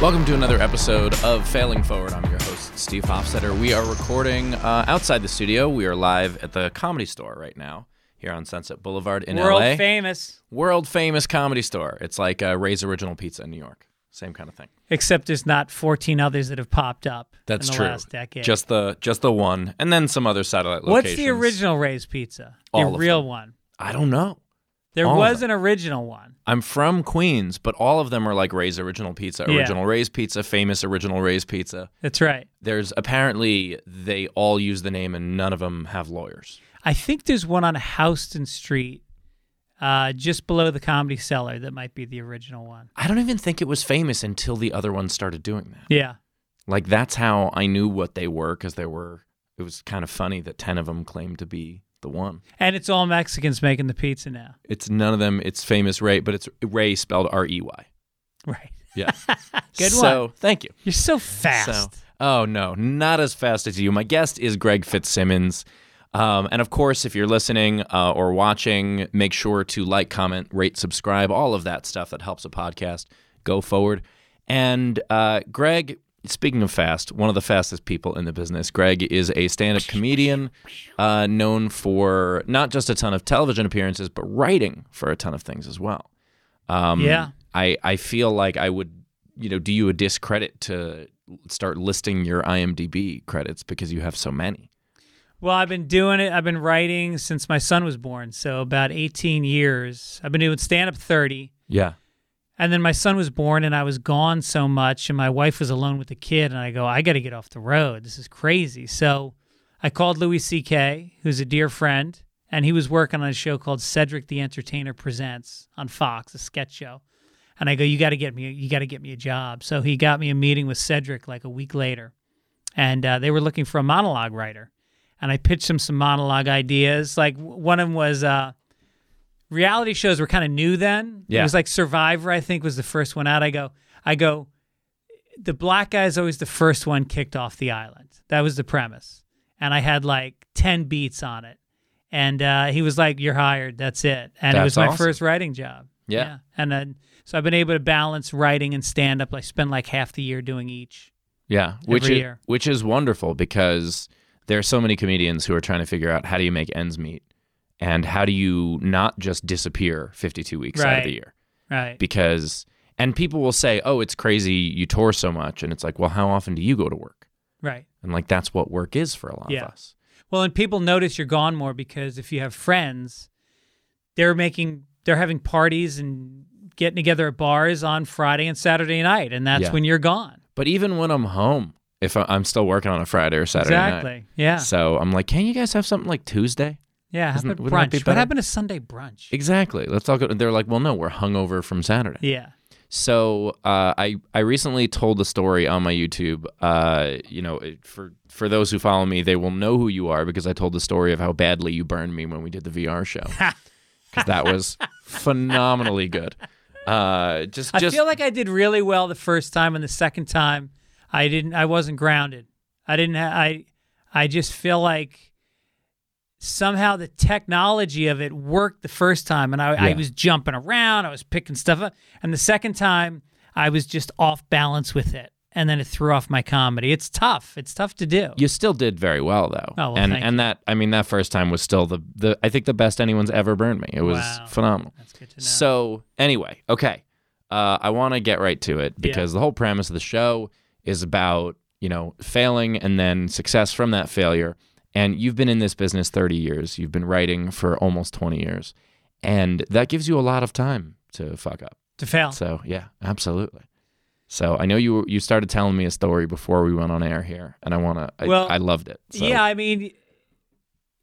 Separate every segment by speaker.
Speaker 1: Welcome to another episode of Failing Forward. I'm your host, Steve Hofstetter. We are recording uh, outside the studio. We are live at the comedy store right now here on Sunset Boulevard in
Speaker 2: World
Speaker 1: LA.
Speaker 2: famous,
Speaker 1: World famous comedy store. It's like uh, Ray's Original Pizza in New York. Same kind of thing.
Speaker 2: except there's not 14 others that have popped up
Speaker 1: That's
Speaker 2: in the
Speaker 1: true.
Speaker 2: last decade.
Speaker 1: Just the just the one, and then some other satellite
Speaker 2: What's
Speaker 1: locations.
Speaker 2: the original Ray's Pizza? The
Speaker 1: All of
Speaker 2: real
Speaker 1: them.
Speaker 2: one.
Speaker 1: I don't know.
Speaker 2: There
Speaker 1: All of
Speaker 2: was
Speaker 1: them.
Speaker 2: an original one.
Speaker 1: I'm from Queens, but all of them are like Ray's Original Pizza,
Speaker 2: Yeah.
Speaker 1: Original Ray's Pizza, famous Original Ray's Pizza.
Speaker 2: That's right.
Speaker 1: There's apparently they all use the name, and none of them have lawyers.
Speaker 2: I think there's one on Houston Street, uh, just below the Comedy Cellar, that might be the original one.
Speaker 1: I don't even think it was famous until the other ones started doing that.
Speaker 2: Yeah.
Speaker 1: Like that's how I knew what they were because there were. It was kind of funny that ten of them claimed to be the one.
Speaker 2: And it's all Mexicans making the pizza now.
Speaker 1: It's none of them. It's famous Ray, but it's Ray spelled R E Y.
Speaker 2: Right.
Speaker 1: Yeah.
Speaker 2: Good
Speaker 1: so,
Speaker 2: one.
Speaker 1: thank you.
Speaker 2: You're so fast.
Speaker 1: So, oh no, not as fast as you. My guest is Greg Fitzsimmons. Um, and of course, if you're listening uh, or watching, make sure to like, comment, rate, subscribe, all of that stuff that helps a podcast go forward. And uh, Greg, speaking of fast, one of the fastest people in the business, Greg is a stand up comedian uh, known for not just a ton of television appearances, but writing for a ton of things as well. Um,
Speaker 2: Yeah.
Speaker 1: I, I feel like I would, you know, do you a discredit to start listing your IMDb credits because you have so many.
Speaker 2: Well, I've been doing it. I've been writing since my son was born. So about 18 years. I've been doing stand up 30.
Speaker 1: Yeah.
Speaker 2: And then my son was born, and I was gone so much, and my wife was alone with the kid. And I go, I got to get off the road. This is crazy. So I called Louis C.K., who's a dear friend, and he was working on a show called Cedric the Entertainer Presents on Fox, a sketch show. And I go, you got to get me, you got to get me a job. So he got me a meeting with Cedric like a week later, and uh, they were looking for a monologue writer. And I pitched him some monologue ideas. Like w- one of them was. Uh, reality shows were kind of new then.
Speaker 1: Yeah.
Speaker 2: It was like Survivor, I think, was the first one out. I go, I go, the black guy is always the first one kicked off the island. That was the premise. And I had like 10 beats on it. And uh, he was like, You're hired. That's it. And it
Speaker 1: That's
Speaker 2: was my
Speaker 1: awesome.
Speaker 2: first writing job.
Speaker 1: Yeah.
Speaker 2: And then, so I've been able to balance writing and stand up. I spend like half the year doing each.
Speaker 1: Yeah. Which
Speaker 2: Every
Speaker 1: is,
Speaker 2: year.
Speaker 1: which is wonderful because there are so many comedians who are trying to figure out how do you make ends meet and how do you not just disappear 52 weeks out of
Speaker 2: Right.
Speaker 1: the year
Speaker 2: Right.
Speaker 1: because and people will say, "Oh, it's crazy you tour so much." And it's like, "Well, how often do you go to work?"
Speaker 2: right.
Speaker 1: And like that's what work is for a lot
Speaker 2: Yeah.
Speaker 1: of us.
Speaker 2: Well, and people notice you're gone more because if you have friends, they're making they're having parties and getting together at bars on Friday and Saturday night, and that's
Speaker 1: Yeah.
Speaker 2: when you're gone.
Speaker 1: But even when I'm home, if I- I'm still working on a Friday or Saturday night,
Speaker 2: exactly. Yeah.
Speaker 1: So I'm like, can you guys have something like Tuesday?
Speaker 2: yeah. How
Speaker 1: Isn't-
Speaker 2: about
Speaker 1: wouldn't that be
Speaker 2: brunch? What
Speaker 1: better?
Speaker 2: happened to Sunday brunch?
Speaker 1: Exactly. Let's all go. They're like, well, no, we're hungover from Saturday.
Speaker 2: yeah.
Speaker 1: So uh, I I recently told the story on my YouTube. Uh, you know, it- for for those who follow me, they will know who you are because I told the story of how badly you burned me when we did the VR show. Because that was phenomenally good. Uh, just
Speaker 2: I
Speaker 1: just
Speaker 2: feel like I did really well the first time, and the second time, I didn't. I wasn't grounded. I didn't. Ha- I I just feel like somehow the technology of it worked the first time, and I, I
Speaker 1: Yeah.
Speaker 2: was jumping around, I was picking stuff up, and the second time I was just off balance with it, and then it threw off my comedy. It's tough. It's tough to do.
Speaker 1: You still did very well though.
Speaker 2: Oh, well,
Speaker 1: and
Speaker 2: thank
Speaker 1: and that I mean that first time was still the, the I think the best anyone's ever burned me. It was
Speaker 2: Wow.
Speaker 1: phenomenal.
Speaker 2: That's good to know.
Speaker 1: So anyway, okay. Uh, I want to get right to it because the whole premise of the show is about you know failing and then success from that failure. And you've been in this business 30 years. You've been writing for almost 20 years, and that gives you a lot of time to fuck up.
Speaker 2: to fail.
Speaker 1: So yeah, absolutely. So I know you you started telling me a story before we went on air here, and I wanna I,
Speaker 2: Well,
Speaker 1: I loved it. So.
Speaker 2: Yeah, I mean,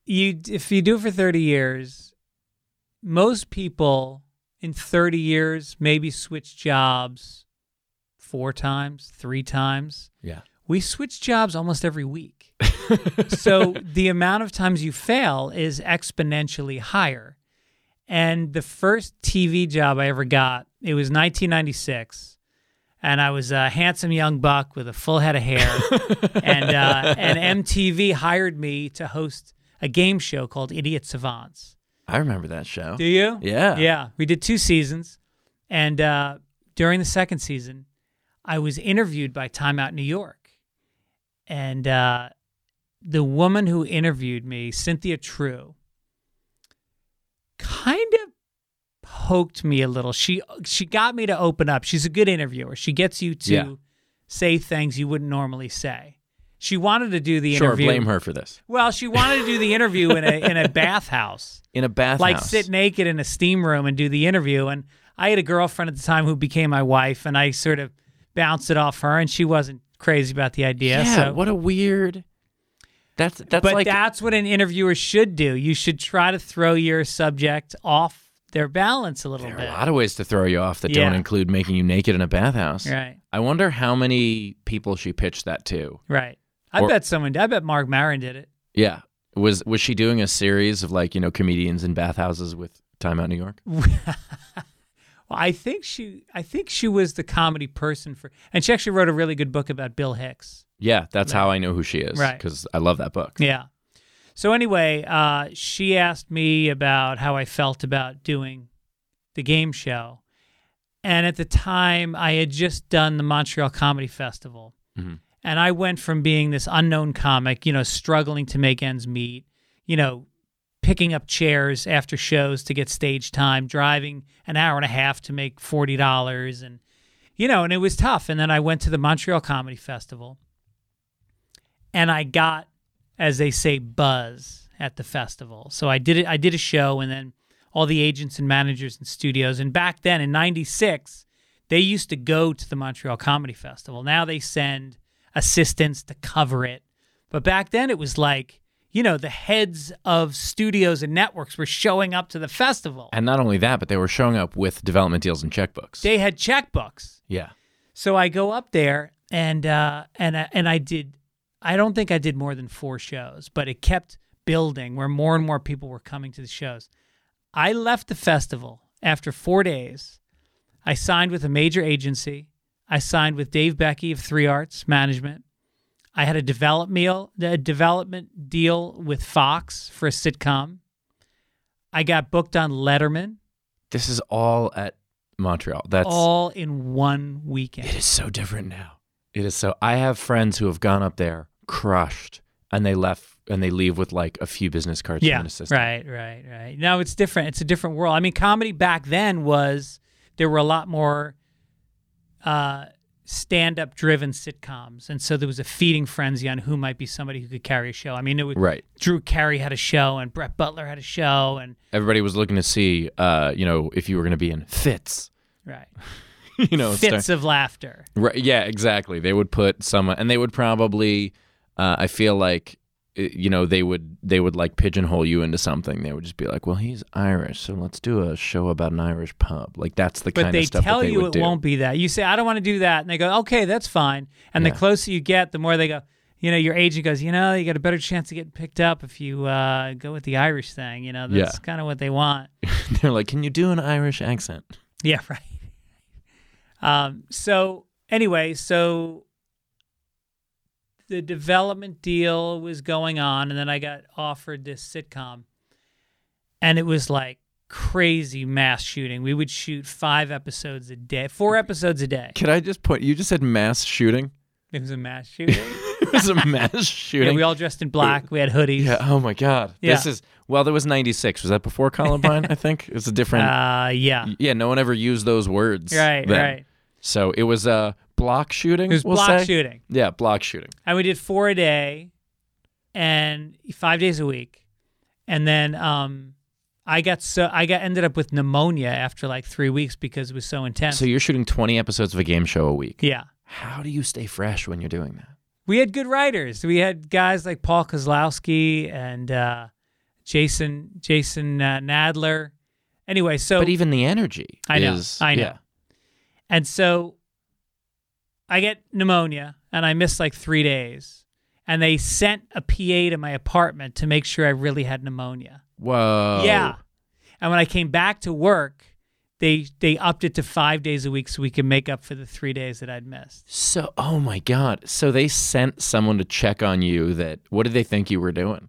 Speaker 2: you if you do it for thirty years, most people in thirty years maybe switch jobs four times, three times.
Speaker 1: Yeah.
Speaker 2: We switch jobs almost every week, so the amount of times you fail is exponentially higher. And the first TV job I ever got, it was 1996 and I was a handsome young buck with a full head of hair. and uh, and MTV hired me to host a game show called Idiot Savants.
Speaker 1: I remember that show.
Speaker 2: Do you?
Speaker 1: Yeah.
Speaker 2: Yeah. We did two seasons, and uh, during the second season, I was interviewed by Time Out New York, and uh, the woman who interviewed me, Cynthia True, kind of poked me a little. She she got me to open up. She's a good interviewer. She gets you to
Speaker 1: Yeah.
Speaker 2: say things you wouldn't normally say. She wanted to do the
Speaker 1: Sure,
Speaker 2: interview.
Speaker 1: blame her for this.
Speaker 2: Well, she wanted to do the interview in a in a bathhouse
Speaker 1: In a bathhouse.
Speaker 2: like sit naked in a steam room and do the interview. And I had a girlfriend at the time who became my wife, and I sort of bounced it off her, and she wasn't crazy about the idea.
Speaker 1: Yeah,
Speaker 2: so.
Speaker 1: what a weird. That's that's
Speaker 2: but
Speaker 1: like
Speaker 2: that's what an interviewer should do. You should try to throw your subject off their balance a little
Speaker 1: there are
Speaker 2: bit.
Speaker 1: a lot of ways to throw you off that don't
Speaker 2: Yeah.
Speaker 1: include making you naked in a bathhouse.
Speaker 2: right,
Speaker 1: I wonder how many people she pitched that to.
Speaker 2: right. I
Speaker 1: Or-
Speaker 2: bet someone. I bet Mark Maron did it.
Speaker 1: Yeah. Was was she doing a series of like, you know, comedians in bathhouses with Time Out New York?
Speaker 2: Well, I think she. I think she was the comedy person for, and she actually wrote a really good book about Bill Hicks.
Speaker 1: Yeah, that's how I know who she is.
Speaker 2: Right.
Speaker 1: Because I love that book.
Speaker 2: Yeah. So anyway, uh, she asked me about how I felt about doing the game show, and at the time I had just done the Montreal Comedy Festival,
Speaker 1: Mhm.
Speaker 2: and I went from being this unknown comic, you know, struggling to make ends meet, you know, picking up chairs after shows to get stage time, driving an hour and a half to make forty dollars, and you know, and it was tough. And then I went to the Montreal Comedy Festival, and I got, as they say, buzz at the festival. So I did it. I did a show, and then all the agents and managers and studios. And back then in '96, they used to go to the Montreal Comedy Festival. Now they send assistants to cover it, but back then it was like. You know, the heads of studios and networks were showing up to the festival.
Speaker 1: And not only that, but they were showing up with development deals and checkbooks.
Speaker 2: They had checkbooks.
Speaker 1: yeah.
Speaker 2: So I go up there and uh, and I, and I did. I don't think I did more than four shows, but it kept building where more and more people were coming to the shows. I left the festival after four days. I signed with a major agency. I signed with Dave Becky of Three Arts Management. I had a develop meal, a development deal with Fox for a sitcom. I got booked on Letterman,
Speaker 1: This is all at Montreal. That's
Speaker 2: all in one weekend.
Speaker 1: It is so different now. It is so. I have friends who have gone up there crushed, and they left, and they leave with like a few business cards from an assistant.
Speaker 2: Right, right, right. No, it's different. It's a different world. I mean, comedy back then was there were a lot more uh, stand-up driven sitcoms, and so there was a feeding frenzy on who might be somebody who could carry a show. I mean, it was,
Speaker 1: Right.
Speaker 2: Drew Carey had a show, and Brett Butler had a show, and
Speaker 1: Everybody was looking to see, uh, you know, if you were going to be in fits.
Speaker 2: right
Speaker 1: You know,
Speaker 2: fits
Speaker 1: start-
Speaker 2: of laughter.
Speaker 1: Right, yeah, exactly. They would put some, and they would probably. Uh, I feel like, uh, you know, they would they would like pigeonhole you into something. They would just be like, "Well, he's Irish, so let's do a show about an Irish pub." Like that's the
Speaker 2: But
Speaker 1: kind
Speaker 2: they
Speaker 1: of stuff
Speaker 2: tell
Speaker 1: that they
Speaker 2: you
Speaker 1: would
Speaker 2: it
Speaker 1: do.
Speaker 2: won't be that. You say, I don't want to do that. And they go, okay, that's fine. And
Speaker 1: Yeah.
Speaker 2: the closer you get, the more they go, you know, your agent goes, you know, you got a better chance of getting picked up if you uh, go with the Irish thing. You know, that's
Speaker 1: Yeah.
Speaker 2: kind of what they want.
Speaker 1: They're like, "Can you do an Irish accent?"
Speaker 2: yeah, right. Um, so, anyway, so the development deal was going on, and then I got offered this sitcom, and it was like crazy mass shooting. We would shoot five episodes a day, four episodes a day.
Speaker 1: Can I just point? You just said mass shooting.
Speaker 2: It was a mass shooting.
Speaker 1: it was a mass
Speaker 2: yeah,
Speaker 1: shooting.
Speaker 2: we all dressed in black. We had hoodies.
Speaker 1: Yeah, Oh my God. This
Speaker 2: Yeah.
Speaker 1: is well. That was '96. Was that before Columbine? I think it's a different.
Speaker 2: Uh, yeah.
Speaker 1: yeah. No one ever used those words.
Speaker 2: Right,
Speaker 1: then.
Speaker 2: right.
Speaker 1: So it was a uh, block shooting.
Speaker 2: It was
Speaker 1: we'll
Speaker 2: block
Speaker 1: say?
Speaker 2: shooting.
Speaker 1: Yeah, block shooting.
Speaker 2: And we did four a day and five days a week. And then um, I got so I got ended up with pneumonia after like three weeks because it was so intense.
Speaker 1: So you're shooting 20 episodes of a game show a week.
Speaker 2: yeah.
Speaker 1: How do you stay fresh when you're doing that?
Speaker 2: We had good writers. We had guys like Paul Kozlowski and uh, Jason Jason uh, Nadler. Anyway, so
Speaker 1: but even the energy.
Speaker 2: I know,
Speaker 1: Is,
Speaker 2: I know.
Speaker 1: Yeah.
Speaker 2: And so I get pneumonia and I miss like three days. And they sent a PA to my apartment to make sure I really had pneumonia.
Speaker 1: Whoa.
Speaker 2: Yeah. And when I came back to work, they they upped it to five days a week so we could make up for the three days that I'd missed.
Speaker 1: So, oh my God. So they sent someone to check on you. That what did they think you were doing?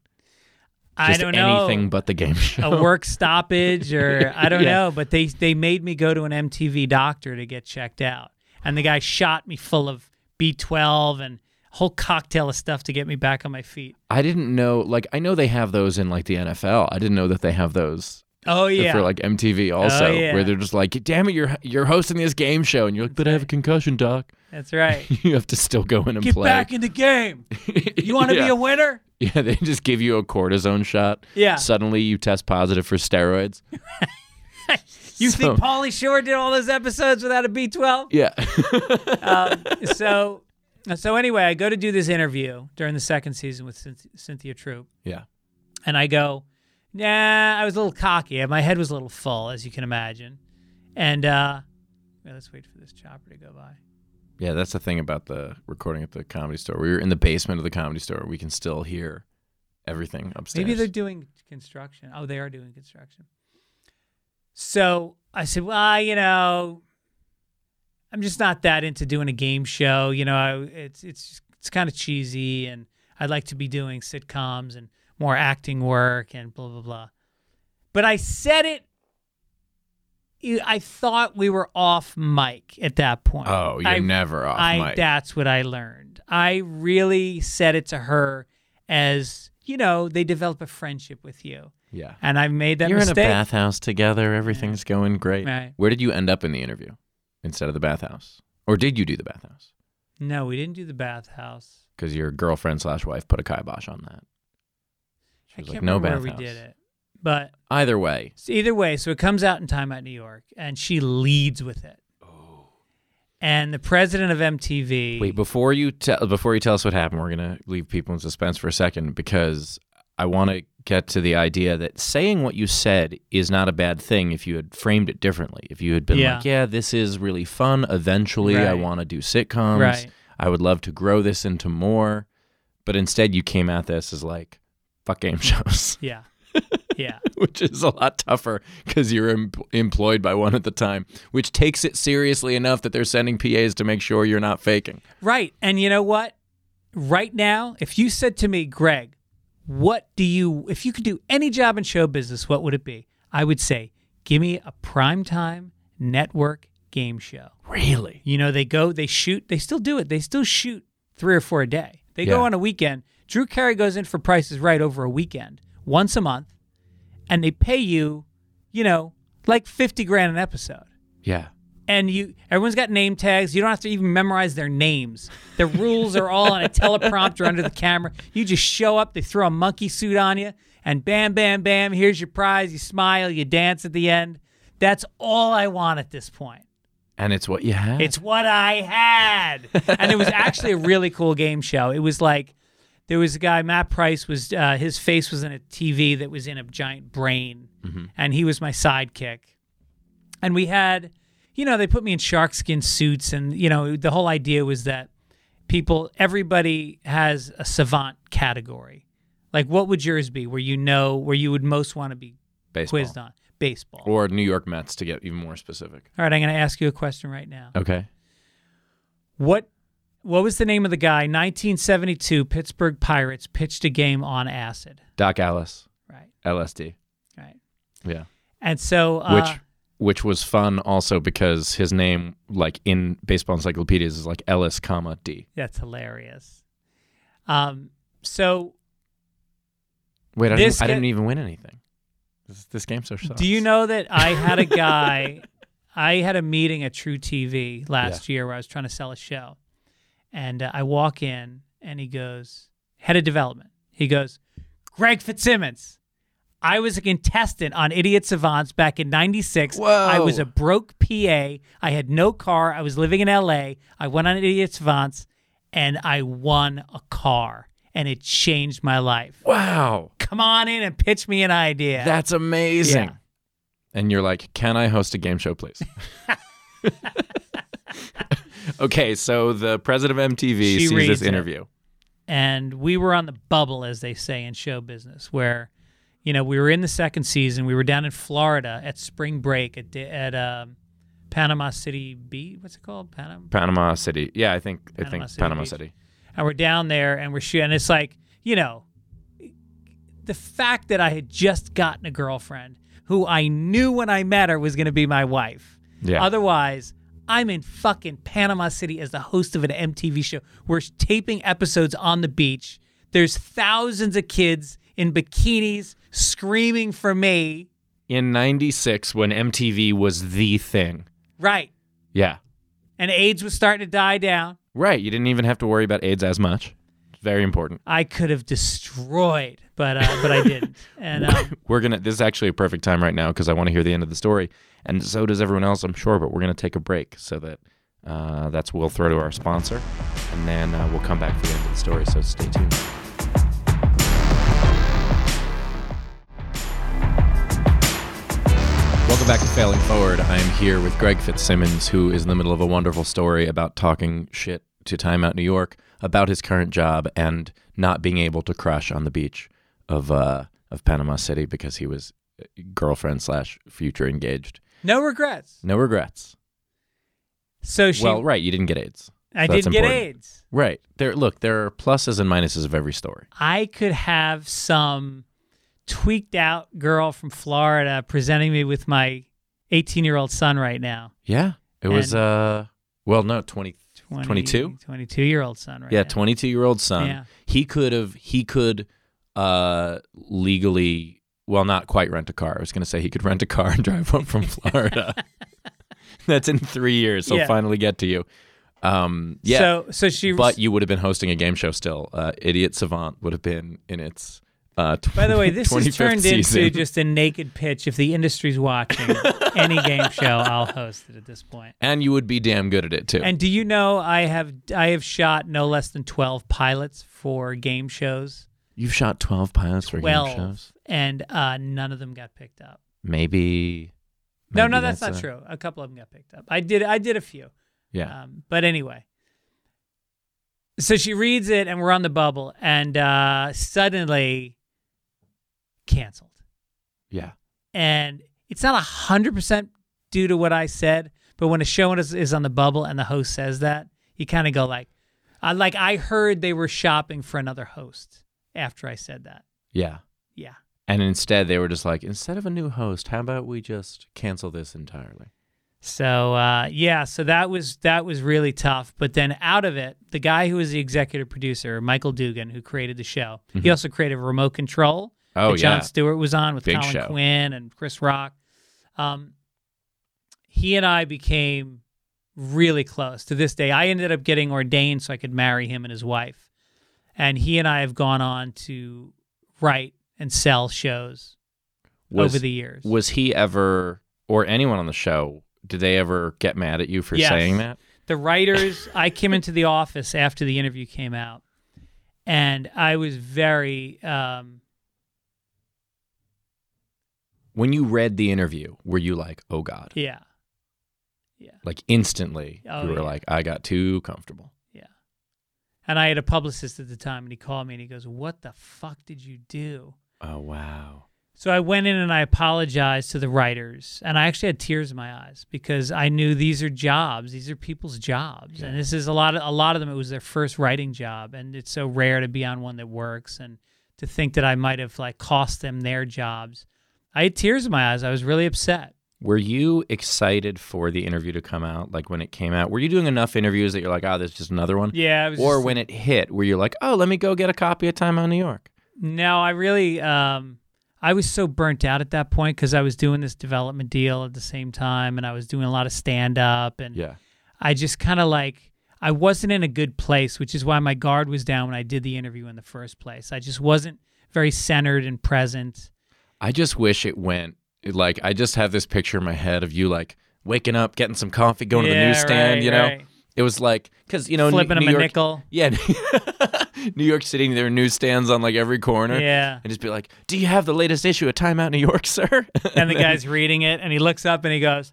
Speaker 2: I
Speaker 1: Just
Speaker 2: don't know Oh.
Speaker 1: anything but the game show.
Speaker 2: a work stoppage or I don't
Speaker 1: Yeah.
Speaker 2: know, but they they made me go to an MTV doctor to get checked out. and the guy shot me full of B12 and a whole cocktail of stuff to get me back on my feet.
Speaker 1: I didn't know. Like, I know they have those in like the NFL. I didn't know that they have those
Speaker 2: Oh yeah,
Speaker 1: for like MTV also,
Speaker 2: Oh, yeah.
Speaker 1: where they're just like, "Damn it, you're you're hosting this game show," and you're like, "But I have a concussion, doc."
Speaker 2: that's right.
Speaker 1: You have to still go in and
Speaker 2: Get
Speaker 1: play.
Speaker 2: back in the game. You want to
Speaker 1: yeah.
Speaker 2: be a winner?
Speaker 1: Yeah, they just give you a cortisone shot.
Speaker 2: Yeah.
Speaker 1: Suddenly you test positive for steroids.
Speaker 2: You
Speaker 1: So-
Speaker 2: think Pauly Shore did all those episodes without a B12?
Speaker 1: Yeah.
Speaker 2: um, so, so anyway, I go to do this interview during the second season with Cynth- Cynthia Troop,
Speaker 1: yeah.
Speaker 2: and I go, "Nah, I was a little cocky. My head was a little full, as you can imagine." And uh, wait, let's wait for this chopper to go by.
Speaker 1: Yeah, that's the thing about the recording at the comedy store. We were in the basement of the comedy store. We can still hear everything upstairs.
Speaker 2: Maybe they're doing construction. Oh, they are doing construction. So I said, well, you know, I'm just not that into doing a game show. You know, I, it's it's it's kind of cheesy, and I'd like to be doing sitcoms and more acting work and blah blah blah. But I said it. you- I thought we were off mic at that point.
Speaker 1: Oh, you're
Speaker 2: I-
Speaker 1: never off
Speaker 2: I,
Speaker 1: mic.
Speaker 2: That's what I learned. I really said it to her as you know they develop a friendship with you,
Speaker 1: yeah.
Speaker 2: and I made that
Speaker 1: You're
Speaker 2: mistake.
Speaker 1: in a bathhouse together. Everything's going great.
Speaker 2: Right.
Speaker 1: Where did you end up in the interview instead of the bathhouse? Or did you do the bathhouse?
Speaker 2: No, we didn't do the bathhouse.
Speaker 1: Because your girlfriend slash wife put a kibosh on that.
Speaker 2: I
Speaker 1: She was like,
Speaker 2: can't
Speaker 1: no
Speaker 2: remember where
Speaker 1: bathhouse.
Speaker 2: we did it, but
Speaker 1: Either way.
Speaker 2: so either way, so it comes out in Time Out New York, and she leads with it. And the president of MTV.
Speaker 1: Oh. Wait, before you tell before you tell us what happened, we're gonna leave people in suspense for a second because I want to get to the idea that saying what you said is not a bad thing if you had framed it differently. If you had been
Speaker 2: Yeah.
Speaker 1: like, "Yeah, this is really fun. Eventually, I
Speaker 2: Right.
Speaker 1: want to do sitcoms.
Speaker 2: Right.
Speaker 1: I would love to grow this into more," but instead you came at this as like, "Fuck game shows,"
Speaker 2: yeah, yeah,
Speaker 1: which is a lot tougher because you're em- employed by one at the time, which takes it seriously enough that they're sending PAs to make sure you're not faking.
Speaker 2: right. And you know what? Right now, if you said to me, Greg, what do you if you could do any job in show business what would it be i would say give me a primetime network game show
Speaker 1: Really?
Speaker 2: you know they go they shoot they still do it they still shoot three or four a day they go
Speaker 1: Yeah.
Speaker 2: on a weekend drew carey goes in for prices right over a weekend once a month and they pay you you know like 50 grand an episode
Speaker 1: Yeah.
Speaker 2: and you everyone's got name tags you don't have to even memorize their names the rules are all on a teleprompter under the camera you just show up they throw a monkey suit on you and bam bam bam here's your prize you smile you dance at the end that's all i want at this point
Speaker 1: And it's what you have.
Speaker 2: it's what I had. And it was actually a really cool game show. It was like there was a guy, Matt Price was uh, his face was in a TV that was in a giant brain, and he was my sidekick. And we had, you know, they put me in shark skin suits, and you know, the whole idea was that people, everybody has a savant category. Like, what would yours be? Where you know, where you would most want to be
Speaker 1: baseball.
Speaker 2: quizzed on baseball.
Speaker 1: Or New York Mets to get even more specific.
Speaker 2: All right, I'm going to ask you a question right now.
Speaker 1: Okay.
Speaker 2: What what was the name of the guy? 1972 Pittsburgh Pirates pitched a game on acid.
Speaker 1: Doc Alice,
Speaker 2: Right.
Speaker 1: LSD.
Speaker 2: Right.
Speaker 1: Yeah.
Speaker 2: And so uh,
Speaker 1: which which was fun also because his name like in baseball encyclopedias is like Ellis comma D.
Speaker 2: that's hilarious. Um so
Speaker 1: Wait, I,
Speaker 2: This
Speaker 1: didn't, I
Speaker 2: guy-
Speaker 1: didn't even win anything. This, this game so sucks.
Speaker 2: do you know that I had a guy I had a meeting at True TV last year where I was trying to sell a show. And uh, I walk in and he goes, head of development. He goes, Greg Fitzsimmons. I was a contestant on Idiot Savants back in 96.
Speaker 1: Whoa.
Speaker 2: I was a broke PA. I had no car. I was living in LA. I went on Idiot Savants and I won a car and it changed my life.
Speaker 1: Wow.
Speaker 2: Come on in and pitch me an idea.
Speaker 1: That's amazing.
Speaker 2: Yeah.
Speaker 1: And you're like, "Can I host a game show, please?" okay, so the president of MTV
Speaker 2: She
Speaker 1: sees
Speaker 2: reads
Speaker 1: this
Speaker 2: it.
Speaker 1: interview.
Speaker 2: and we were on the bubble, as they say in show business, where, you know, we were in the second season. We were down in Florida at spring break at the- at um, Panama City Beach. What's it called? Panama.
Speaker 1: Panama City. Yeah, I think I
Speaker 2: Panama
Speaker 1: think
Speaker 2: City
Speaker 1: Panama
Speaker 2: Beach.
Speaker 1: City.
Speaker 2: And we're down there, and we're shooting. And it's like, you know, the fact that I had just gotten a girlfriend who I knew when I met her was going to be my wife.
Speaker 1: Yeah.
Speaker 2: Otherwise, I'm in fucking Panama City as the host of an MTV show. We're taping episodes on the beach. There's thousands of kids in bikinis screaming for me.
Speaker 1: in 96 when MTV was the thing.
Speaker 2: Right.
Speaker 1: Yeah.
Speaker 2: And AIDS was starting to die down.
Speaker 1: Right. You didn't even have to worry about AIDS as much. Very important.
Speaker 2: I could have destroyed, but uh, but I didn't. And uh,
Speaker 1: We're going to, this is actually a perfect time right now because I want to hear the end of the story. And so does everyone else, I'm sure, but we're going to take a break so that uh, that's what we'll throw to our sponsor. And then uh, we'll come back for the end of the story. So stay tuned. Welcome back to Failing Forward. I am here with Greg Fitzsimmons, who is in the middle of a wonderful story about talking shit to Time Out New York about his current job and not being able to crush on the beach of uh, of Panama City because he was girlfriend slash future engaged.
Speaker 2: no regrets.
Speaker 1: No regrets.
Speaker 2: So she,
Speaker 1: well, right, you didn't get AIDS.
Speaker 2: I
Speaker 1: so that's
Speaker 2: didn't get
Speaker 1: important.
Speaker 2: AIDS.
Speaker 1: Right there. Look, there are pluses and minuses of every story.
Speaker 2: I could have some tweaked out girl from Florida presenting me with my 18 year old son right now.
Speaker 1: Yeah, it was.
Speaker 2: And-
Speaker 1: uh, well, no, twenty
Speaker 2: 20,
Speaker 1: 22?
Speaker 2: 22 year old son right
Speaker 1: yeah,
Speaker 2: now.
Speaker 1: 22 year old son.
Speaker 2: Yeah.
Speaker 1: He could have, he could uh, legally, well, not quite rent a car. I was going to say he could rent a car and drive home from Florida. That's in three years. He'll
Speaker 2: Yeah.
Speaker 1: finally get to you. Um, yeah.
Speaker 2: So so she
Speaker 1: but you would have been hosting a game show still. Uh, Idiot Savant would have been in its. Uh, tw-
Speaker 2: By the way, this has
Speaker 1: 25th
Speaker 2: turned
Speaker 1: season.
Speaker 2: into just a naked pitch. If the industry's watching any game show, I'll host it at this point.
Speaker 1: And you would be damn good at it too.
Speaker 2: And do you know I have I have shot no less than 12 pilots for game shows.
Speaker 1: You've shot 12 pilots for game
Speaker 2: 12
Speaker 1: shows.
Speaker 2: and uh, none of them got picked up.
Speaker 1: Maybe.
Speaker 2: No,
Speaker 1: maybe
Speaker 2: no, that's, not
Speaker 1: a-
Speaker 2: true. A couple of them got picked up. I did I did a few.
Speaker 1: Yeah.
Speaker 2: Um, but anyway. So she reads it and we're on the bubble and uh, suddenly canceled.
Speaker 1: yeah.
Speaker 2: and it's not a hundred percent due to what I said, but when a show is, is on the bubble and the host says that, you kind of go like, I like I heard they were shopping for another host after I said that.
Speaker 1: Yeah.
Speaker 2: Yeah,
Speaker 1: And instead, they were just like, instead of a new host, how about we just cancel this entirely?
Speaker 2: so uh, yeah, so that was that was really tough. But then out of it, the guy who was the executive producer, Michael Dugan, who created the show, he also created Remote Control.
Speaker 1: Mm-hmm. Oh,
Speaker 2: that John
Speaker 1: yeah.
Speaker 2: Stewart was on with
Speaker 1: Big
Speaker 2: Colin
Speaker 1: show.
Speaker 2: Quinn and Chris Rock. Um, he and I became really close to this day. I ended up getting ordained so I could marry him and his wife. And he and I have gone on to write and sell shows
Speaker 1: Was,
Speaker 2: over the years.
Speaker 1: was he ever, or anyone on the show, did they ever get mad at you for
Speaker 2: Yes.
Speaker 1: saying that?
Speaker 2: the writers i came into the office after the interview came out and i was very um,
Speaker 1: When you read the interview, were you like, oh God?
Speaker 2: yeah
Speaker 1: Like instantly,
Speaker 2: Oh,
Speaker 1: you were
Speaker 2: yeah.
Speaker 1: like, I got too comfortable.
Speaker 2: and i had a publicist at the time and he called me and he goes what the fuck did you do
Speaker 1: Oh, wow.
Speaker 2: So I went in and I apologized to the writers, and I actually had tears in my eyes because I knew these are jobs, these are people's jobs, and this is a lot of a lot of them. It was their first writing job, and it's so rare to be on one that works, and to think that I might have like cost them their jobs. I had tears in my eyes. I was really upset.
Speaker 1: Were you excited for the interview to come out? Like when it came out, were you doing enough interviews that you're like, oh, there's just another one?
Speaker 2: Yeah, I was.
Speaker 1: Or when it hit, were you like, oh, let me go get a copy of Time Out New York?
Speaker 2: No, I really, um, I was so burnt out at that point because I was doing this development deal at the same time, and I was doing a lot of stand up, and
Speaker 1: Yeah.
Speaker 2: I just kind of like I wasn't in a good place, which is why my guard was down when I did the interview in the first place. I just wasn't very centered and present.
Speaker 1: I just wish it went like I just have this picture in my head of you like waking up, getting some coffee, going to the
Speaker 2: Yeah,
Speaker 1: newsstand.
Speaker 2: right,
Speaker 1: you know,
Speaker 2: right.
Speaker 1: it was like because you know New-
Speaker 2: Flipping
Speaker 1: New,
Speaker 2: him a
Speaker 1: York,
Speaker 2: nickel.
Speaker 1: yeah, New York City, there are newsstands on like every corner.
Speaker 2: Yeah.
Speaker 1: and just be like, "Do you have the latest issue of Time Out New York, sir?"
Speaker 2: And the
Speaker 1: then-
Speaker 2: guy's reading it and he looks up and he goes,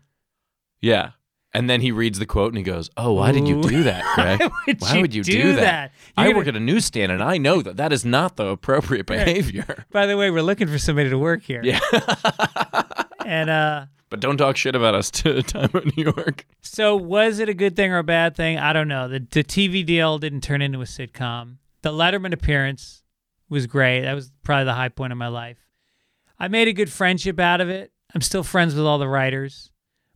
Speaker 1: yeah, and then he reads the quote and he goes, "Oh, why did you
Speaker 2: Ooh.
Speaker 1: do that, Greg?
Speaker 2: Why would
Speaker 1: why
Speaker 2: you
Speaker 1: would you do,
Speaker 2: do that?
Speaker 1: I
Speaker 2: You're gonna-
Speaker 1: work at a newsstand and I know that that is not the appropriate behavior.
Speaker 2: By the way, we're looking for somebody to work here.
Speaker 1: Yeah.
Speaker 2: and uh
Speaker 1: But don't talk shit about us to Time Out New York.
Speaker 2: so was it a good thing or a bad thing? I don't know. The the TV deal didn't turn into a sitcom. The Letterman appearance was great. That was probably the high point of my life. I made a good friendship out of it. I'm still friends with all the writers.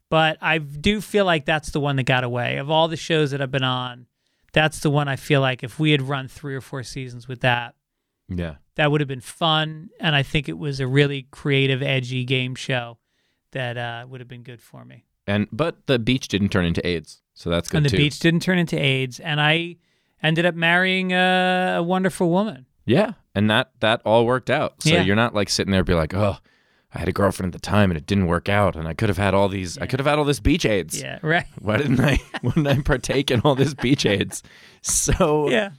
Speaker 2: But I do feel like that's the one that got away. Of all the shows that I've been on, that's the one I feel like if we had run three or four seasons with that,
Speaker 1: Yeah.
Speaker 2: that would have been fun. And I think it was a really creative, edgy game show that uh, would have been good for me.
Speaker 1: And but the beach didn't turn into AIDS, so that's good
Speaker 2: and the
Speaker 1: too.
Speaker 2: beach didn't turn into AIDS. And I ended up marrying a, a wonderful woman.
Speaker 1: Yeah, and that that all worked out. So
Speaker 2: Yeah.
Speaker 1: you're not like sitting there be like, oh, I had a girlfriend at the time and it didn't work out, and I could have had all these. I could have had all this beach AIDS.
Speaker 2: Yeah, right.
Speaker 1: Why didn't I? why didn't I partake in all this beach AIDS? So
Speaker 2: Yeah.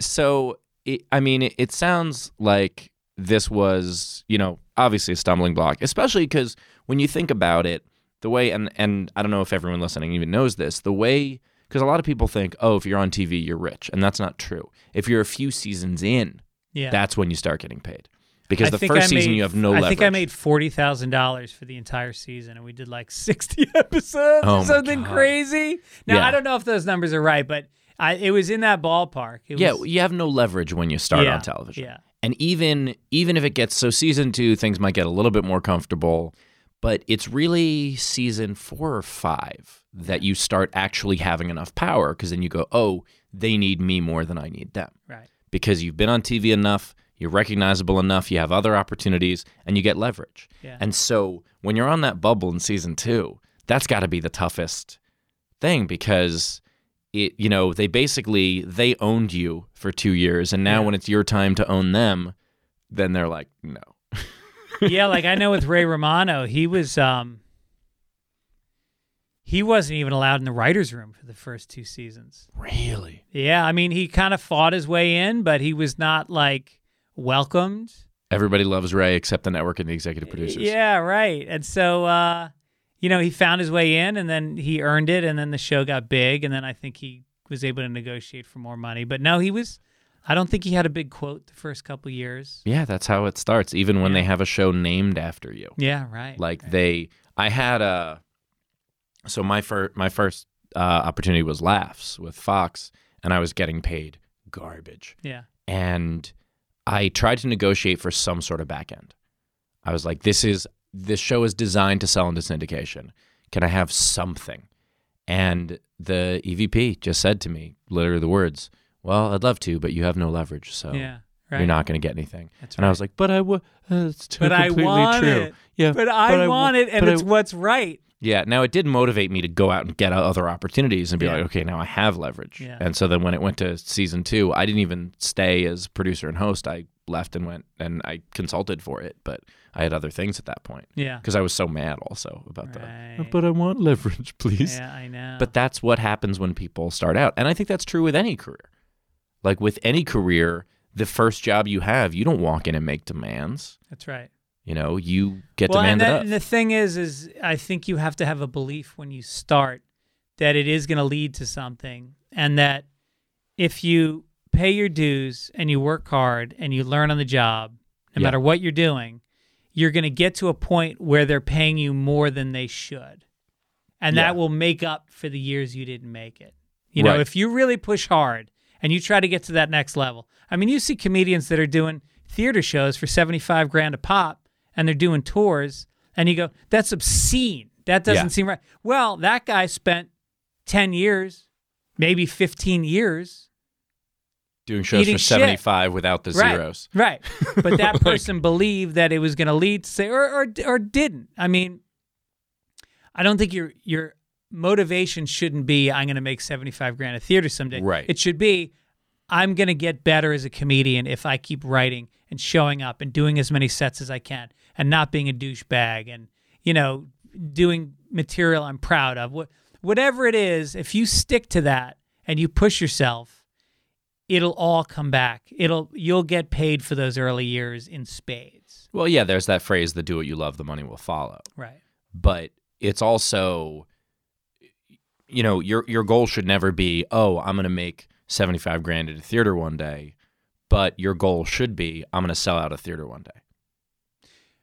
Speaker 1: so it, I mean, it, it sounds like this was, you know, obviously a stumbling block, especially because when you think about it, the way and and I don't know if everyone listening even knows this, the way because a lot of people think, oh, if you're on TV, you're rich, and that's not true. If you're a few seasons in,
Speaker 2: Yeah.
Speaker 1: that's when you start getting paid. Because
Speaker 2: I
Speaker 1: the
Speaker 2: think
Speaker 1: first
Speaker 2: I
Speaker 1: season
Speaker 2: made-
Speaker 1: you have no
Speaker 2: I
Speaker 1: leverage.
Speaker 2: think I made forty thousand dollars for the entire season, and we did like sixty episodes
Speaker 1: Oh my
Speaker 2: or something
Speaker 1: God.
Speaker 2: crazy. Now
Speaker 1: Yeah.
Speaker 2: I don't know if those numbers are right, but I, it was in that ballpark. It
Speaker 1: yeah,
Speaker 2: was,
Speaker 1: you have no leverage when you start
Speaker 2: Yeah,
Speaker 1: on television.
Speaker 2: yeah.
Speaker 1: And even even if it gets so season 2 things might get a little bit more comfortable, but it's really season 4 or 5 that you start actually having enough power because then you go, "Oh, they need me more than I need them."
Speaker 2: right.
Speaker 1: Because you've been on TV enough, you're recognizable enough, you have other opportunities and you get leverage.
Speaker 2: Yeah.
Speaker 1: And so when you're on that bubble in season 2, that's got to be the toughest thing because it you know they basically they owned you for two years and now
Speaker 2: Yeah.
Speaker 1: when it's your time to own them then they're like no
Speaker 2: yeah, like I know with Ray Romano, he was um he wasn't even allowed in the writers' room for the first two seasons.
Speaker 1: really
Speaker 2: Yeah, I mean he kind of fought his way in, but he was not like welcomed.
Speaker 1: everybody loves ray except the network and the executive producers
Speaker 2: Yeah, right. And so, uh, you know, he found his way in, and then he earned it, and then the show got big, and then I think he was able to negotiate for more money. But no, he was. I don't think he had a big quote the first couple years.
Speaker 1: yeah that's how it starts even when
Speaker 2: Yeah.
Speaker 1: they have a show named after you
Speaker 2: Yeah, right.
Speaker 1: like they i had a so my first my first uh, opportunity was laughs with fox and i was getting paid garbage
Speaker 2: yeah,
Speaker 1: and I tried to negotiate for some sort of back end. I was like, this is this show is designed to sell into syndication. Can I have something? And the EVP just said to me, literally the words, "Well, I'd love to, but you have no leverage, so
Speaker 2: yeah, right.
Speaker 1: you're not going to get anything."
Speaker 2: That's
Speaker 1: and I was like, "But I would. Uh, it's too
Speaker 2: But I
Speaker 1: completely
Speaker 2: want
Speaker 1: true.
Speaker 2: it.
Speaker 1: Yeah,
Speaker 2: but I
Speaker 1: wa-
Speaker 2: want it, and
Speaker 1: but I
Speaker 2: it's what's right.
Speaker 1: yeah. Now it did motivate me to go out and get other opportunities and be
Speaker 2: Yeah.
Speaker 1: like, okay, now I have leverage.
Speaker 2: Yeah.
Speaker 1: And so then when it went to season two, I didn't even stay as producer and host. I left and went and I consulted for it, but I had other things at that point
Speaker 2: Yeah.
Speaker 1: because I was so mad also about the.
Speaker 2: Right.
Speaker 1: But I want leverage, please.
Speaker 2: Yeah, I know.
Speaker 1: But that's what happens when people start out, and I think that's true with any career. Like with any career, the first job you have, you don't walk in and make demands.
Speaker 2: that's right.
Speaker 1: You know, you get
Speaker 2: well, and,
Speaker 1: demanded
Speaker 2: that,
Speaker 1: of.
Speaker 2: and the thing is, is I think you have to have a belief when you start that it is going to lead to something, and that if you pay your dues and you work hard and you learn on the job, no
Speaker 1: Yeah.
Speaker 2: matter what you're doing, you're going to get to a point where they're paying you more than they should, and
Speaker 1: Yeah.
Speaker 2: that will make up for the years you didn't make it. You know,
Speaker 1: Right.
Speaker 2: if you really push hard and you try to get to that next level, I mean, you see comedians that are doing theater shows for 75 grand a pop and they're doing tours, and you go, that's obscene. That doesn't
Speaker 1: Yeah.
Speaker 2: seem right. Well, that guy spent 10 years, maybe 15 years.
Speaker 1: Doing shows
Speaker 2: eating
Speaker 1: for
Speaker 2: shit.
Speaker 1: 75 without the
Speaker 2: right.
Speaker 1: zeros.
Speaker 2: Right. But that person believed that it was going to lead to say, or, or, or didn't. I mean, I don't think your, your motivation shouldn't be, I'm going to make 75 grand a theater someday.
Speaker 1: Right.
Speaker 2: It should be, I'm going to get better as a comedian if I keep writing and showing up and doing as many sets as I can and not being a douchebag and, you know, doing material I'm proud of. What, whatever it is, if you stick to that and you push yourself, it'll all come back. It'll you'll get paid for those early years in spades.
Speaker 1: Well, yeah, there's that phrase, the do what you love, the money will follow.
Speaker 2: Right.
Speaker 1: But it's also, you know, your, your goal should never be, oh, I'm going to make 75 grand at a theater one day. But your goal should be, I'm going to sell out a theater one day.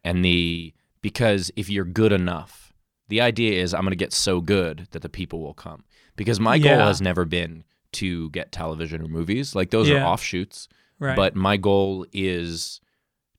Speaker 1: And the, because if you're good enough, the idea is I'm going to get so good that the people will come. Because my goal
Speaker 2: Yeah.
Speaker 1: has never been to get television or movies. Like those
Speaker 2: Yeah.
Speaker 1: are offshoots.
Speaker 2: Right.
Speaker 1: But my goal is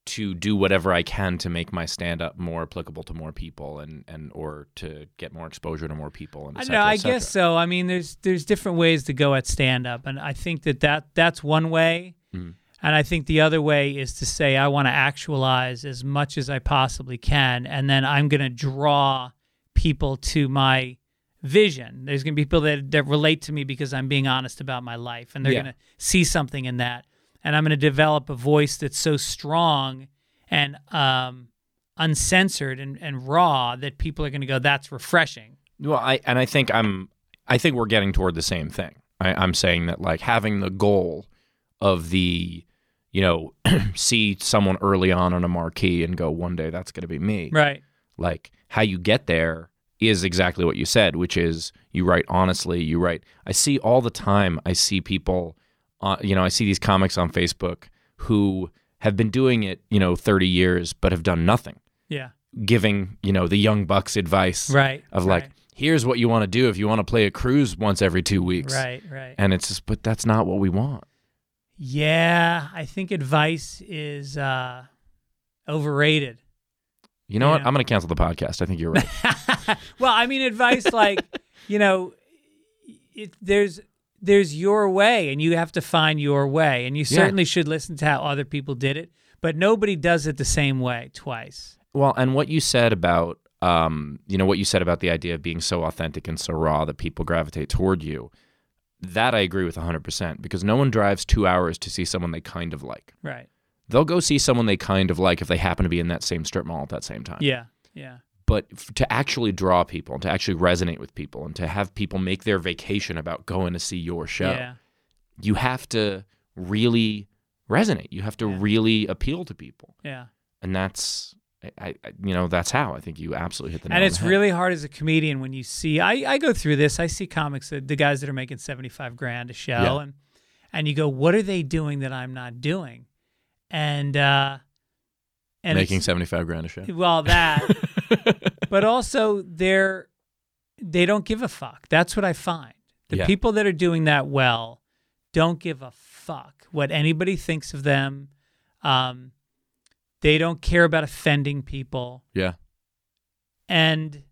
Speaker 1: to do whatever I can to make my stand up more applicable to more people and, and or to get more exposure to more people and et
Speaker 2: I
Speaker 1: cetera,
Speaker 2: know. I
Speaker 1: et cetera.
Speaker 2: guess so. I mean, there's there's different ways to go at stand up, and I think that, that that's one way.
Speaker 1: Hmm.
Speaker 2: And I think the other way is to say I want to actualize as much as I possibly can, and then I'm going to draw people to my vision. There's going to be people that that relate to me because I'm being honest about my life, and they're
Speaker 1: Yeah.
Speaker 2: going to see something in that, and I'm going to develop a voice that's so strong and um, uncensored and, and raw that people are going to go, "That's refreshing."
Speaker 1: Well, I and I think I'm I think we're getting toward the same thing. I, I'm saying that like having the goal of the you know see someone early on on a marquee and go one day that's going to be me.
Speaker 2: Right.
Speaker 1: Like how you get there is exactly what you said, which is you write honestly. You write. I see all the time. I see people. Uh, you know, I see these comics on Facebook who have been doing it, you know, 30 years, but have done nothing,
Speaker 2: Yeah.
Speaker 1: giving, you know, the young bucks advice
Speaker 2: Right.
Speaker 1: of like
Speaker 2: right,
Speaker 1: here's what you want to do if you want to play a cruise once every two weeks
Speaker 2: right, right.
Speaker 1: and it's just but that's not what we want
Speaker 2: yeah, I think advice is uh overrated.
Speaker 1: you know what
Speaker 2: Yeah.
Speaker 1: i'm gonna cancel the podcast i think you're right
Speaker 2: well, I mean advice like, you know, it, there's there's your way and you have to find your way and you
Speaker 1: Yeah.
Speaker 2: certainly should listen to how other people did it, but nobody does it the same way twice.
Speaker 1: well and what you said about um you know what you said about the idea of being so authentic and so raw that people gravitate toward you that i agree with 100% because no one drives two hours to see someone they kind of like
Speaker 2: Right.
Speaker 1: they'll go see someone they kind of like if they happen to be in that same strip mall at that same time
Speaker 2: Yeah. Yeah.
Speaker 1: but f- to actually draw people and to actually resonate with people and to have people make their vacation about going to see your show
Speaker 2: Yeah.
Speaker 1: you have to really resonate. You have to
Speaker 2: Yeah.
Speaker 1: really appeal to people,
Speaker 2: Yeah.
Speaker 1: and that's I, I you know that's how I think you absolutely hit the. nail on
Speaker 2: and it's
Speaker 1: the head.
Speaker 2: really hard as a comedian when you see I, I go through this i see comics that the guys that are making 75 grand a show
Speaker 1: Yeah.
Speaker 2: and and you go what are they doing that i'm not doing and uh and
Speaker 1: making
Speaker 2: it's-
Speaker 1: seventy five grand a show.
Speaker 2: well that but also they're they don't give a fuck that's what i find the
Speaker 1: Yeah.
Speaker 2: people that are doing that well don't give a fuck what anybody thinks of them um they don't care about offending people
Speaker 1: yeah,
Speaker 2: and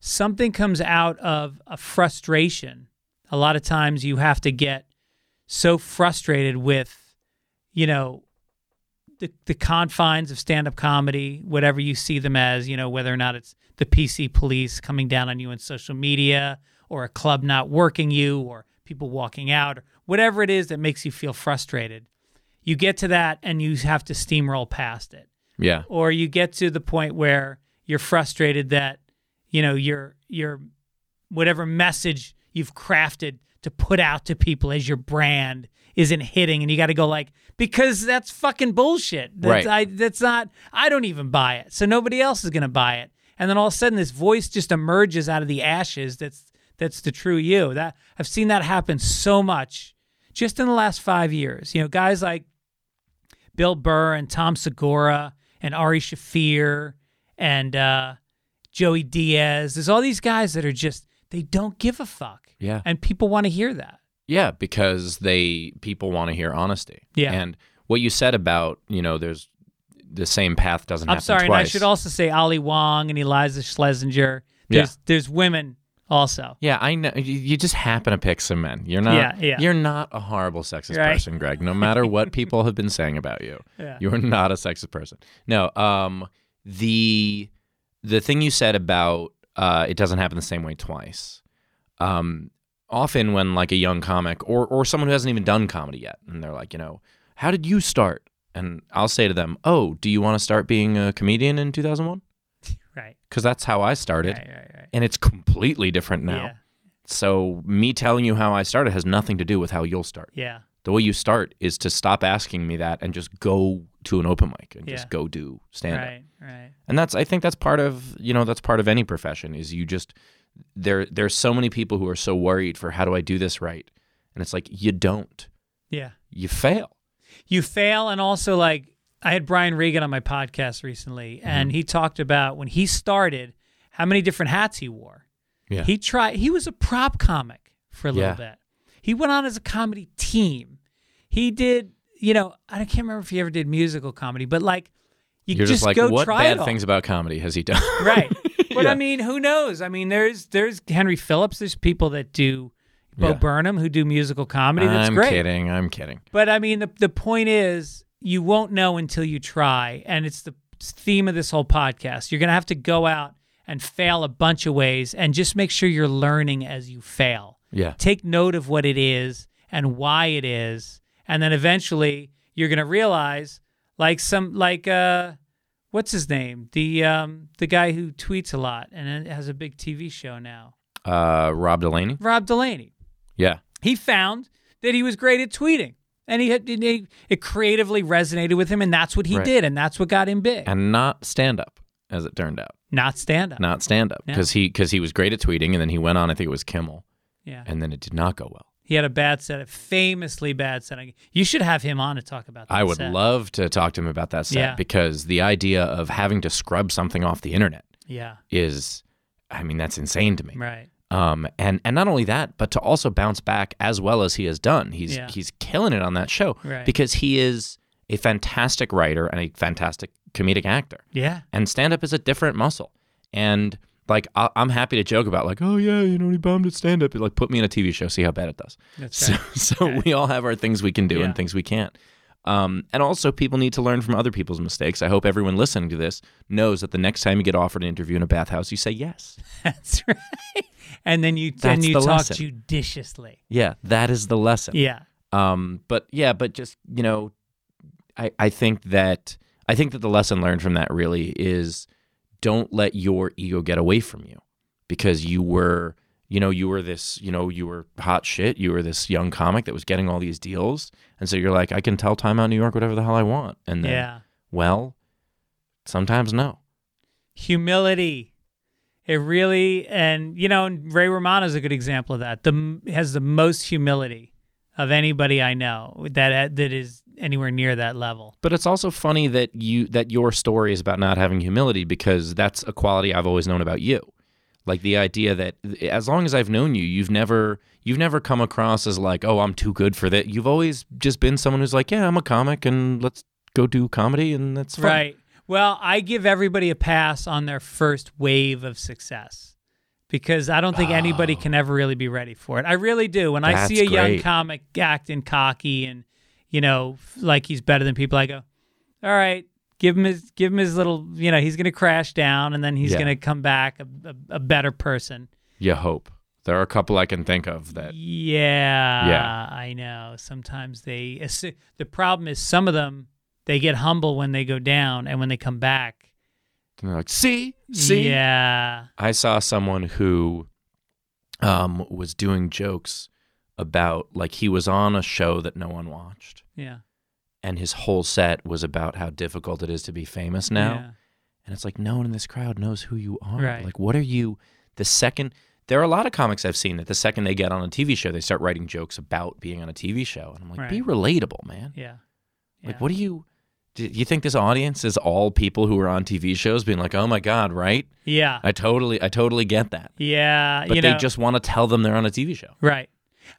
Speaker 2: something comes out of a frustration. A lot of times you have to get so frustrated with, you know, the, the confines of stand up comedy, whatever you see them as, you know, whether or not it's the PC police coming down on you on social media or a club not working you or people walking out or whatever it is that makes you feel frustrated. You get to that and you have to steamroll past it
Speaker 1: yeah,
Speaker 2: or you get to the point where you're frustrated that you know your your whatever message you've crafted to put out to people as your brand isn't hitting and you got to go like because that's fucking bullshit that's,
Speaker 1: Right.
Speaker 2: I, that's not i don't even buy it so nobody else is going to buy it and then all of a sudden this voice just emerges out of the ashes that's that's the true you that i've seen that happen so much just in the last five years you know guys like Bill Burr and Tom Segura and Ari Shafir and uh, Joey Diaz. There's all these guys that are just they don't give a fuck.
Speaker 1: Yeah.
Speaker 2: and people want to hear that.
Speaker 1: yeah, because they people want to hear honesty.
Speaker 2: Yeah.
Speaker 1: and what you said about you know there's the same path doesn't.
Speaker 2: I'm
Speaker 1: happen
Speaker 2: sorry, and I
Speaker 1: twice.
Speaker 2: should also say Ali Wong and Eliza Schlesinger. There's there's women also.
Speaker 1: Yeah, I know. You you just happen to pick some men. You're not.
Speaker 2: Yeah, yeah.
Speaker 1: You're not a horrible sexist
Speaker 2: Right.
Speaker 1: person, Greg. No matter what people have been saying about you,
Speaker 2: Yeah.
Speaker 1: you're not a sexist person. No. Um. The the thing you said about uh, it doesn't happen the same way twice. Um. Often when like a young comic or or someone who hasn't even done comedy yet, and they're like, you know, how did you start? And I'll say to them, oh, do you want to start being a comedian in 2001?
Speaker 2: Right,
Speaker 1: Because that's how I started,
Speaker 2: right, right, right.
Speaker 1: and it's completely different now.
Speaker 2: Yeah,
Speaker 1: So me telling you how I started has nothing to do with how you'll start.
Speaker 2: yeah,
Speaker 1: The way you start is to stop asking me that and just go to an open mic and
Speaker 2: Yeah.
Speaker 1: just go do stand up.
Speaker 2: right, right.
Speaker 1: And that's I think that's part of, you know, that's part of any profession is you just there there's so many people who are so worried for how do I do this right? And it's like you don't.
Speaker 2: Yeah.
Speaker 1: You fail.
Speaker 2: you fail and also like i had brian regan on my podcast recently and
Speaker 1: Mm-hmm.
Speaker 2: he talked about when he started how many different hats he wore
Speaker 1: Yeah.
Speaker 2: he tried he was a prop comic for a little
Speaker 1: Yeah.
Speaker 2: bit he went on as a comedy team he did you know i can't remember if he ever did musical comedy but like You
Speaker 1: You're just, like,
Speaker 2: go
Speaker 1: what
Speaker 2: try
Speaker 1: bad
Speaker 2: it all.
Speaker 1: things about comedy has he done?
Speaker 2: right? But
Speaker 1: Yeah.
Speaker 2: I mean, who knows? I mean, there's there's Henry Phillips. There's people that do Bo
Speaker 1: Yeah.
Speaker 2: Burnham who do musical comedy. That's
Speaker 1: I'm
Speaker 2: great.
Speaker 1: kidding. I'm kidding.
Speaker 2: But I mean, the the point is, you won't know until you try, and it's the theme of this whole podcast. You're gonna have to go out and fail a bunch of ways, and just make sure you're learning as you fail.
Speaker 1: Yeah.
Speaker 2: Take note of what it is and why it is, and then eventually you're gonna realize, like some like uh, what's his name? The um the guy who tweets a lot and has a big TV show now,
Speaker 1: Uh, Rob Delaney.
Speaker 2: Rob Delaney
Speaker 1: Yeah.
Speaker 2: he found that he was great at tweeting and he had it, it creatively resonated with him and that's what he
Speaker 1: Right.
Speaker 2: did and that's what got him big
Speaker 1: And not stand up, as it turned out.
Speaker 2: not stand up
Speaker 1: Not stand up
Speaker 2: No.
Speaker 1: because he because he was great at tweeting, and then he went on. I think it was Kimmel,
Speaker 2: yeah
Speaker 1: and then it did not go well.
Speaker 2: he had a bad set a famously bad set you should have him on to talk about that
Speaker 1: I would
Speaker 2: set.
Speaker 1: love to talk to him about that set
Speaker 2: Yeah.
Speaker 1: because the idea of having to scrub something off the internet
Speaker 2: yeah
Speaker 1: is, I mean, that's insane to me.
Speaker 2: right
Speaker 1: Um, and and not only that, but to also bounce back as well as he has done. He's
Speaker 2: Yeah.
Speaker 1: he's killing it on that show
Speaker 2: Right.
Speaker 1: because he is a fantastic writer and a fantastic comedic actor.
Speaker 2: yeah
Speaker 1: And stand up is a different muscle. And like I- I'm happy to joke about like, oh yeah, you know he bombed at stand up. Like put me in a TV show, see how bad it does.
Speaker 2: that's
Speaker 1: So,
Speaker 2: right.
Speaker 1: so we all have our things we can do
Speaker 2: Yeah.
Speaker 1: and things we can't. Um, and also, people need to learn from other people's mistakes. I hope everyone listening to this knows that the next time you get offered an interview in a bathhouse, you say yes.
Speaker 2: that's right and then you then
Speaker 1: That's
Speaker 2: you
Speaker 1: the
Speaker 2: talk
Speaker 1: lesson.
Speaker 2: judiciously
Speaker 1: Yeah, that is the lesson.
Speaker 2: yeah
Speaker 1: Um, but yeah, but just you know, I I think that I think that the lesson learned from that really is don't let your ego get away from you because you were you know you were this you know you were hot shit you were this young comic that was getting all these deals and so you're like I can tell Time Out New York whatever the hell I want and then
Speaker 2: yeah
Speaker 1: well sometimes no
Speaker 2: humility. It really, and you know, and Ray Romano's a good example of that. The has the most humility of anybody I know that that is anywhere near that level.
Speaker 1: but it's also funny that you that your story is about not having humility because that's a quality I've always known about you. Like the idea that as long as I've known you, you've never you've never come across as like, "Oh, I'm too good for that." You've always just been someone who's like, "Yeah, I'm a comic and let's go do comedy and that's fun."
Speaker 2: Right. Well, I give everybody a pass on their first wave of success because I don't think anybody can ever really be ready for it. I really do. When I
Speaker 1: That's
Speaker 2: see a young
Speaker 1: great.
Speaker 2: comic acting cocky and you know f- like he's better than people, I go, "All right, give him his give him his little, you know, he's going to crash down and then he's
Speaker 1: Yeah.
Speaker 2: going to come back a, a, a better person."
Speaker 1: You hope. There are a couple I can think of that
Speaker 2: Yeah.
Speaker 1: Yeah.
Speaker 2: I know. Sometimes they assu- the problem is some of them they get humble when they go down and when they come back
Speaker 1: and they're like, "See? See?"
Speaker 2: Yeah.
Speaker 1: I saw someone who um was doing jokes about like he was on a show that no one watched.
Speaker 2: Yeah.
Speaker 1: and his whole set was about how difficult it is to be famous now. And it's like no one in this crowd knows who you are.
Speaker 2: Right.
Speaker 1: Like what are you the second there are a lot of comics I've seen that the second they get on a TV show, they start writing jokes about being on a TV show. And I'm like,
Speaker 2: Right.
Speaker 1: be relatable, man.
Speaker 2: Yeah. yeah.
Speaker 1: Like what do you do you think this audience is all people who are on TV shows being like, "Oh my god, right?
Speaker 2: Yeah.
Speaker 1: I totally I totally get that."
Speaker 2: yeah.
Speaker 1: But
Speaker 2: Uh. you
Speaker 1: they
Speaker 2: know,
Speaker 1: just want to tell them they're on a TV show.
Speaker 2: right.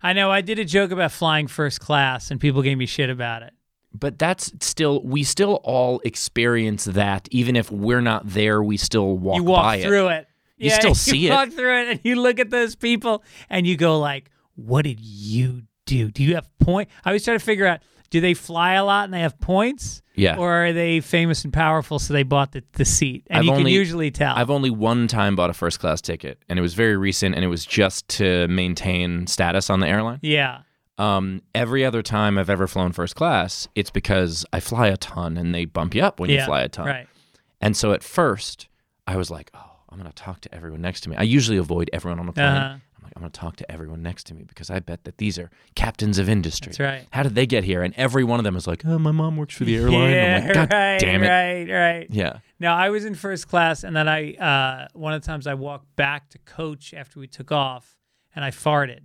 Speaker 2: I know. I did a joke about flying first class, and people gave me shit about it.
Speaker 1: but that's still we still all experience that even if we're not there we still walk,
Speaker 2: you walk
Speaker 1: by
Speaker 2: through it.
Speaker 1: You
Speaker 2: Yeah,
Speaker 1: still see
Speaker 2: you
Speaker 1: it.
Speaker 2: Walk through it, and you look at those people, and you go like, "What did you do? Do you have point?" I was trying to figure out: Do they fly a lot and they have points?
Speaker 1: Yeah.
Speaker 2: Or are they famous and powerful, so they bought the, the seat? And
Speaker 1: I've
Speaker 2: you can
Speaker 1: only-
Speaker 2: usually tell.
Speaker 1: I've only one time bought a first class ticket and it was very recent and it was just to maintain status on the airline
Speaker 2: yeah.
Speaker 1: um, every other time I've ever flown first class it's because I fly a ton and they bump you up when
Speaker 2: yeah.
Speaker 1: you fly a ton
Speaker 2: Right.
Speaker 1: and so at first I was like oh I'm gonna talk to everyone next to me I usually avoid everyone on a plane
Speaker 2: Uh-huh.
Speaker 1: I'm like I'm gonna talk to everyone next to me because I bet that these are captains of industry
Speaker 2: That's right.
Speaker 1: how did they get here? And every one of them is like, oh, my mom works for the airline.
Speaker 2: Yeah.
Speaker 1: I'm like, God
Speaker 2: right.
Speaker 1: damn it.
Speaker 2: Right. Right.
Speaker 1: Yeah.
Speaker 2: Now I was in first class, and then I uh, one of the times I walked back to coach after we took off, and I farted.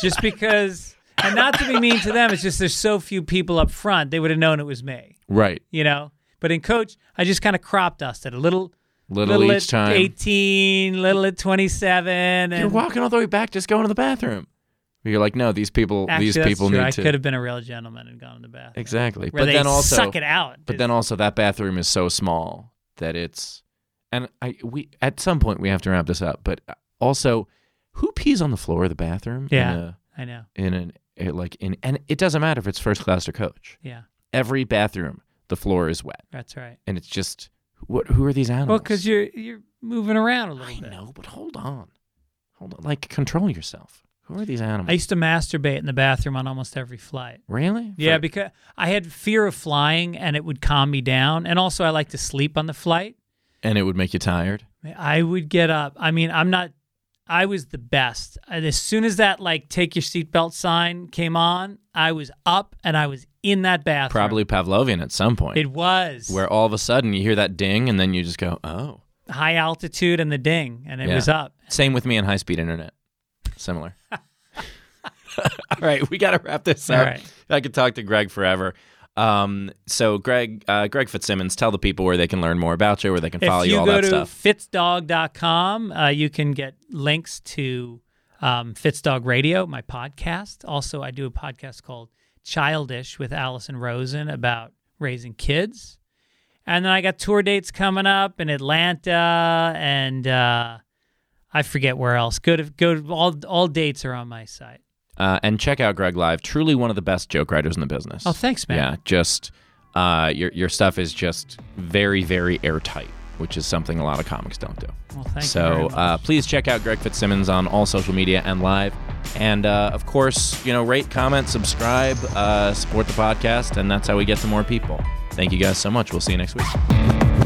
Speaker 2: just because, and not to be mean to them, it's just there's so few people up front; they would have known it was me,
Speaker 1: Right.
Speaker 2: you know. But in coach, I just kind of crop dusted a little,
Speaker 1: Little,
Speaker 2: little
Speaker 1: each
Speaker 2: at
Speaker 1: time.
Speaker 2: eighteen, little at twenty seven, and
Speaker 1: You're walking all the way back, just going to the bathroom. You're like, no, these people,
Speaker 2: Actually,
Speaker 1: these
Speaker 2: that's
Speaker 1: people
Speaker 2: true.
Speaker 1: need
Speaker 2: I
Speaker 1: to.
Speaker 2: could have been a real gentleman and gone to the bathroom.
Speaker 1: Exactly.
Speaker 2: Where
Speaker 1: but
Speaker 2: they
Speaker 1: then also,
Speaker 2: suck it out.
Speaker 1: but then also that bathroom is so small that it's, and I we at some point we have to wrap this up. But also, who pees on the floor of the bathroom?
Speaker 2: Yeah.
Speaker 1: In, a,
Speaker 2: I know.
Speaker 1: in an eh, like in and it doesn't matter if it's first class or coach.
Speaker 2: Yeah,
Speaker 1: Every bathroom, the floor is wet,
Speaker 2: that's right.
Speaker 1: and it's just what? Who are these animals?
Speaker 2: Well, because you're you're moving around a little
Speaker 1: I
Speaker 2: bit.
Speaker 1: know, but hold on, hold on. Like control yourself. Who are these animals?
Speaker 2: I used to masturbate in the bathroom on almost every flight.
Speaker 1: really?
Speaker 2: Yeah,
Speaker 1: For-
Speaker 2: because I had fear of flying and it would calm me down. And also, I like to sleep on the flight.
Speaker 1: and it would make you tired.
Speaker 2: I would get up. I mean, I'm not, I was the best. And as soon as that, like, take your seatbelt sign came on, I was up and I was in that bathroom.
Speaker 1: Probably Pavlovian at some point.
Speaker 2: It was
Speaker 1: where all of a sudden you hear that ding and then you just go, oh.
Speaker 2: high altitude and the ding, and it
Speaker 1: Yeah.
Speaker 2: was up.
Speaker 1: Same with me and high speed internet. Similar. all right, we got to wrap this up.
Speaker 2: All right.
Speaker 1: I could talk to Greg forever. Um, so Greg, uh, Greg Fitzsimmons, tell the people where they can learn more about you, where they can follow
Speaker 2: if you,
Speaker 1: all
Speaker 2: go
Speaker 1: that
Speaker 2: to
Speaker 1: stuff.
Speaker 2: fitzdog.com, uh, you can get links to um, Fitzdog Radio, my podcast. Also, I do a podcast called Childish with Allison Rosen about raising kids. And then I got tour dates coming up in Atlanta and uh, I forget where else. Go to go to, all all dates are on my site.
Speaker 1: Uh, and check out Greg live. Truly one of the best joke writers in the business.
Speaker 2: Oh, thanks, man.
Speaker 1: Yeah, just uh, your your stuff is just very very airtight, which is something a lot of comics don't do.
Speaker 2: Well, thank you
Speaker 1: so
Speaker 2: very much.
Speaker 1: Uh, please check out Greg Fitzsimmons on all social media and live, and uh, of course, you know, rate, comment, subscribe, uh, support the podcast, and that's how we get to more people. Thank you guys so much. We'll see you next week.